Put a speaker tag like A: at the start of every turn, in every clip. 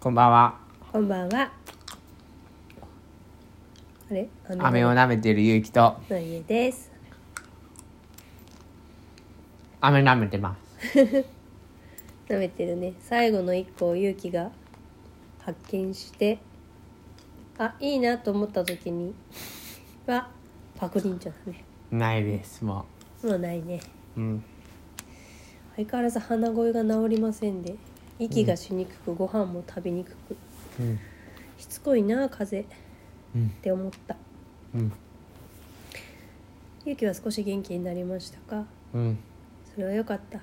A: こんばんは。
B: こんばんは。あれ、あの
A: 飴を舐めてるゆうきと、
B: のゆです。
A: 飴舐めてま
B: 舐めてるね。最後の一個をゆうきが発見して、あ、いいなと思った時にはパクリンチョだね。
A: す。ないです、も
B: もうないね。
A: う。うん。
B: 相変わらず鼻声が治りませんで、息がしにくく、ご飯も食べにくく、
A: うん。
B: しつこいな風邪
A: うん
B: っ。て思った。
A: うん。
B: ゆうきは少し元気になりましたか？
A: うん。
B: それは良かった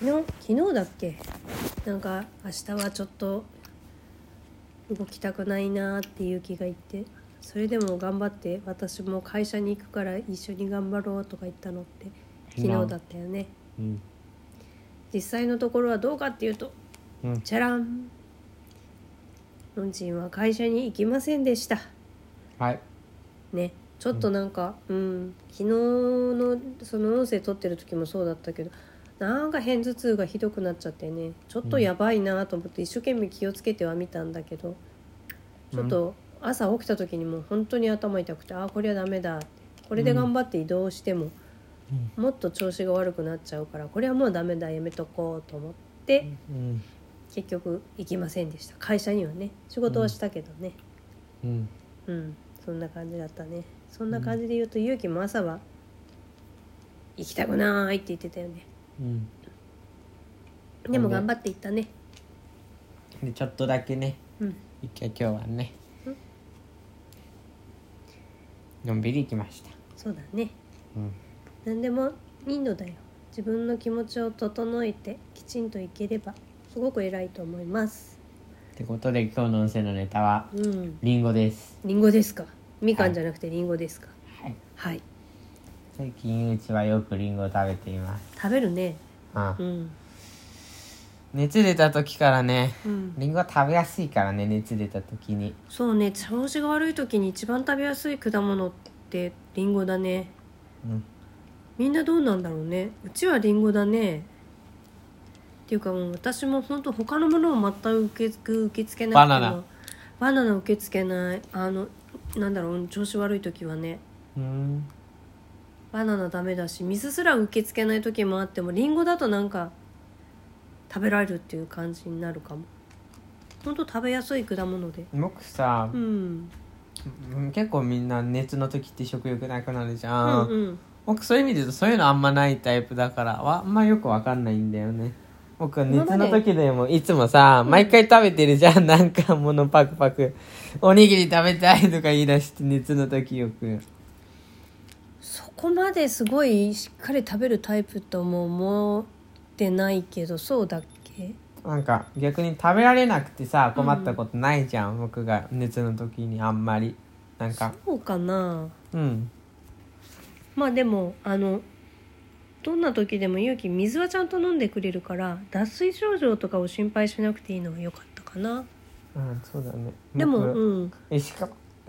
B: 昨日昨日だっけなんか明日はちょっと動きたくないなーっていう気が言ってそれでも頑張って私も会社に行くから一緒に頑張ろうとか言ったのって昨日だったよね
A: うん。
B: 実際のところはどうかっていうと
A: うん。
B: じゃらんのんちんは会社に行きませんでした
A: はい。
B: ねちょっとなんかうん、昨日のその音声撮ってる時もそうだったけどなんか片頭痛がひどくなっちゃってねちょっとやばいなと思って一生懸命気をつけてはみたんだけどちょっと朝起きた時にもう本当に頭痛くてああこれはダメだってこれで頑張って移動しても、もっと調子が悪くなっちゃうからこれはもうダメだやめとこうと思って、
A: うん。
B: 結局行きませんでした会社にはね仕事はしたけどね、
A: うん。
B: うんそんな感じだったねそんな感じで言うと、ゆうきも朝は「行きたくない」って言ってたよね
A: うん。
B: でも頑張って行ったね
A: で、ちょっとだけね、
B: うん
A: 一回今日はね。のんびり行きました。
B: そうだね
A: うん。
B: 何でもインドだよ自分の気持ちを整えてきちんと行ければすごく偉いと思います
A: ってことで、今日の音声のネタは、
B: うん
A: りんごです。
B: りんごですかみかんじゃなくてりんごですか
A: はい。
B: はい
A: 最近、うちはよくりんごを食べています。
B: 食べるね
A: うん
B: う。ん
A: 熱出た時からね、
B: うん
A: りんごは食べやすいからね、熱出た時に。
B: そうね調子が悪い時に一番食べやすい果物ってりんごだね
A: うん。
B: みんなどうなんだろうねうちはりんごだねっていうかもう私も本当他のものを全く受け付け受け付けなく
A: バナ
B: ても
A: ナ
B: バナナ受け付けないあのなんだろう調子悪い時はね
A: うん。
B: バナナダメだし水すら受け付けない時もあってもりんごだとなんか食べられるっていう感じになるかも本当食べやすい果物で
A: 僕さ
B: う、ん
A: うん結構みんな熱の時って食欲なくなるじ
B: う
A: ゃん、
B: んうん
A: 僕そういう意味で言うとそういうのあんまないタイプだからわあんまよくわかんないんだよね僕は熱の時でもいつもさ毎回食べてるじゃん なんかものパクパクおにぎり食べたいとか言い出して熱の時よく
B: そこまですごいしっかり食べるタイプとも思ってないけどそうだっけ
A: なんか逆に食べられなくてさ困ったことないじゃん、僕が熱の時にあんまりなんか
B: そうかな
A: うん
B: まあでもあのどんな時でも勇気水はちゃんと飲んでくれるから脱水症状とかを心配しなくていいのは良かったかな
A: うんそうだね
B: でも
A: 僕
B: うん
A: 意識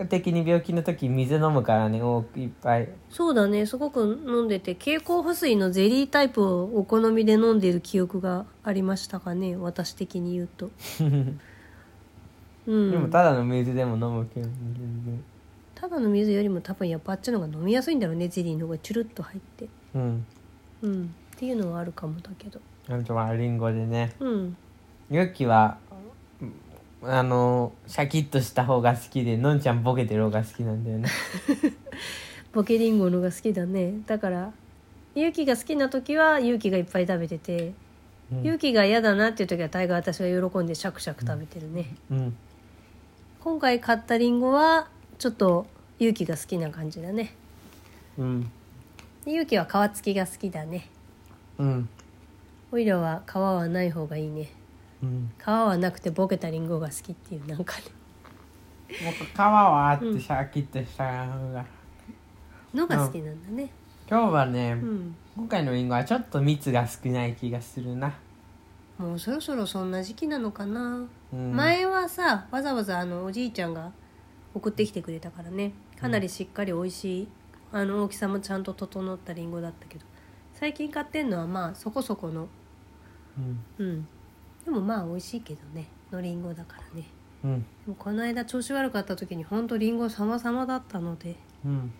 A: 的に病気の時水飲むからね多くいっぱい
B: そうだねすごく飲んでて経口補水のゼリータイプをお好みで飲んでいる記憶がありましたかね私的に言うとうん
A: でもただの水でも飲むけど全然
B: ただの水よりも多分やっぱあっちの方が飲みやすいんだろうねゼリーの方がチュルッと入って
A: うん
B: うんっていうのはあるかもだけど
A: あとはリンゴでね
B: うん
A: ゆきはうんあのシャキッとした方が好きでのんちゃんボケてる方が好きなんだ よね
B: ボケリンゴのが好きだねだから勇気が好きな時は勇気がいっぱい食べてて
A: うん
B: 勇気、が嫌だなっていう時は大概私が喜んでシャクシャク食べてるね、
A: うん
B: 今回買ったリンゴはちょっと勇気が好きな感じだね
A: うん
B: 勇気は皮付きが好きだね
A: うん
B: おいらは皮はない方がいいね
A: うん
B: 皮はなくてボケたリンゴが好きっていうなんかね
A: 僕皮はあってシャキッとした方が、
B: のが好きなんだね
A: 今日はね、
B: うん
A: 今回のリンゴはちょっと蜜が少ない気がするな
B: もうそろそろそんな時期なのかな、
A: うん
B: 前はさわざわざあのおじいちゃんが送ってきてくれたからねかなりしっかり美味しい、あの大きさもちゃんと整ったりんごだったけど最近買ってんのはまあそこそこの
A: うん
B: うんでもまあ美味しいけどねのリンゴだからね
A: うん
B: でもこの間調子悪かった時にほんとリンゴ様々だったのでやっ
A: うん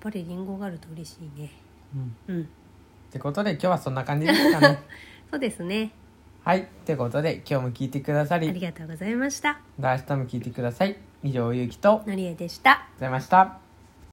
B: ぱりリンゴがあると嬉しいね
A: うん
B: うん
A: ってことで今日はそんな感じですかね
B: そうですね
A: はいってことで今日も聞いてくださ
B: あ
A: り
B: りがとうございました
A: また明日も聞いてください以上ゆうきとありがとう
B: のりえでした
A: ございました